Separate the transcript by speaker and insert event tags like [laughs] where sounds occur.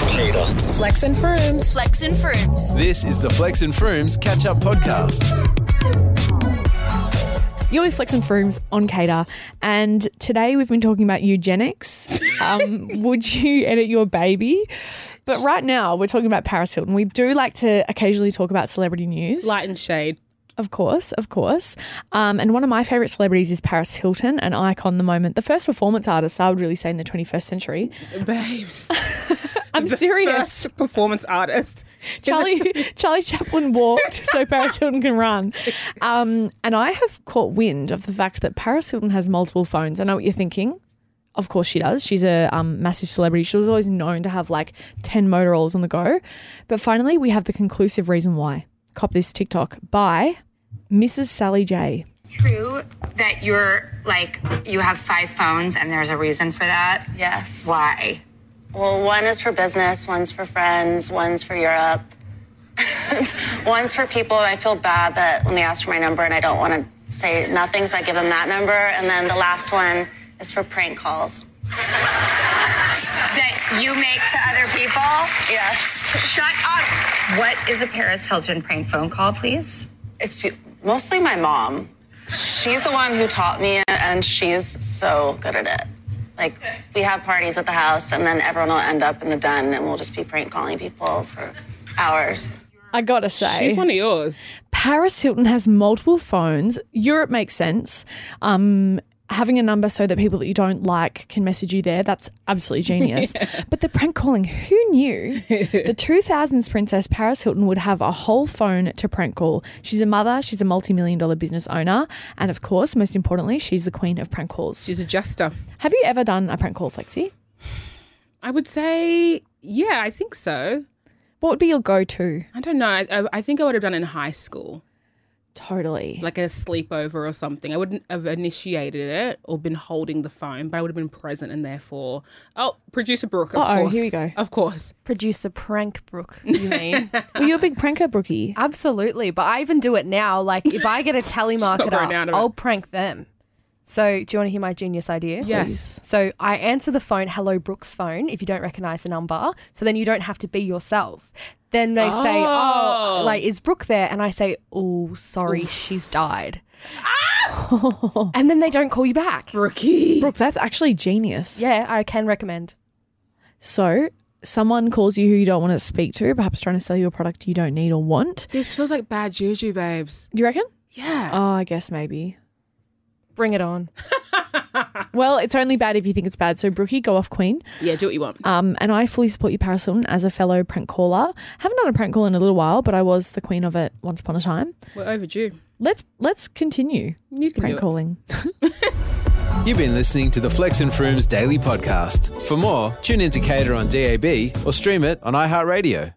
Speaker 1: Central.
Speaker 2: Flex and Frooms.
Speaker 3: Flex and Frooms.
Speaker 4: This is the Flex and Frooms Catch Up Podcast.
Speaker 5: You're with Flex and Frooms on Cater, and today we've been talking about eugenics. Um, would you edit your baby? But right now we're talking about Paris Hilton. We do like to occasionally talk about celebrity news,
Speaker 2: Light and shade.
Speaker 5: of course, of course. Um, and one of my favorite celebrities is Paris Hilton, an icon at the moment, the first performance artist I would really say in the 21st century.
Speaker 2: [laughs] Babes.
Speaker 5: I'm serious.
Speaker 2: First performance artist.
Speaker 5: Charlie [laughs] Charlie Chaplin walked so [laughs] Paris Hilton can run. Um, and I have caught wind of the fact that Paris Hilton has multiple phones. I know what you're thinking. Of course she does. She's a um, massive celebrity. She was always known to have like 10 Motorola's on the go. But finally, we have the conclusive reason why. Cop this TikTok by Mrs. Sally J.
Speaker 6: true that you're like you have five phones and there's a reason for that?
Speaker 7: Yes.
Speaker 6: Why?
Speaker 7: Well, one is for business, one's for friends, one's for Europe, [laughs] one's for people. And I feel bad that when they ask for my number and I don't want to say nothing, so I give them that number. And then the last one is for prank calls.
Speaker 6: That you make to other people?
Speaker 7: Yes.
Speaker 6: Shut up. What is a Paris Hilton prank phone call, please?
Speaker 7: It's mostly my mom. She's the one who taught me it, and she's so good at it. Like, we have parties at the house, and then everyone will end up in the den, and we'll just be prank calling people for hours.
Speaker 5: I gotta say.
Speaker 2: She's one of yours.
Speaker 5: Paris Hilton has multiple phones. Europe makes sense. Um, having a number so that people that you don't like can message you there, that's absolutely genius. But the prank calling, who knew? the 2000s princess Paris Hilton would have a whole phone to prank call. She's a mother, she's a multi million dollar business owner, and of course, most importantly, she's the queen of prank calls.
Speaker 2: She's a jester.
Speaker 5: Have you ever done a prank call, Flexi?
Speaker 2: I would say, yeah, I think so.
Speaker 5: What would be your go to?
Speaker 2: I don't know. I, I, I think I would have done it in high school,
Speaker 5: Totally.
Speaker 2: like a sleepover or something. I wouldn't have initiated it or been holding the phone, but I would have been present and therefore. Oh, producer Brooke, of
Speaker 5: Uh-oh,
Speaker 2: course.
Speaker 5: here we go.
Speaker 2: Of course.
Speaker 8: producer prank Brooke, you mean? [laughs]
Speaker 5: Were you a big pranker, Brookie?
Speaker 8: Absolutely. But I even do it now. Like if I
Speaker 2: [laughs]
Speaker 8: get a
Speaker 2: growing out
Speaker 8: telemarketer,
Speaker 2: of it.
Speaker 8: I'll prank them. So do you want to hear my genius idea?
Speaker 2: Yes.
Speaker 8: So I answer the phone, hello Brooke's phone, if you don't recognize the number. So then you don't have to be yourself. Then they say,
Speaker 2: Oh.
Speaker 8: oh, like, is Brooke there? And I say, oh, sorry, she's died.
Speaker 2: Ah!
Speaker 8: [laughs] and then they don't call you back.
Speaker 2: [laughs] Brookie.
Speaker 5: Brooke, that's actually genius.
Speaker 8: Yeah, I can recommend.
Speaker 5: So, someone calls you who you don't want to speak to, perhaps trying to sell you a product you don't need or want.
Speaker 2: This feels like bad juju, babes. Uh,
Speaker 5: Do you reckon?
Speaker 2: Yeah.
Speaker 5: Oh, I guess maybe.
Speaker 8: Bring it on.
Speaker 5: Well, it's only bad if you think it's bad. So, Brookie, go off queen.
Speaker 2: yeah, do what you want.
Speaker 5: Um, and I fully support you, Paris Hilton, as a fellow prank caller. Haven't done a prank call in a little while, but I was the queen of it once upon a time.
Speaker 2: We're overdue.
Speaker 5: Let's let's continue
Speaker 2: You can
Speaker 5: prank
Speaker 2: do it.
Speaker 5: calling.
Speaker 4: You've been listening to the Flex and Frooms Daily Podcast. For more, tune into Cater on DAB or stream it on iHeartRadio.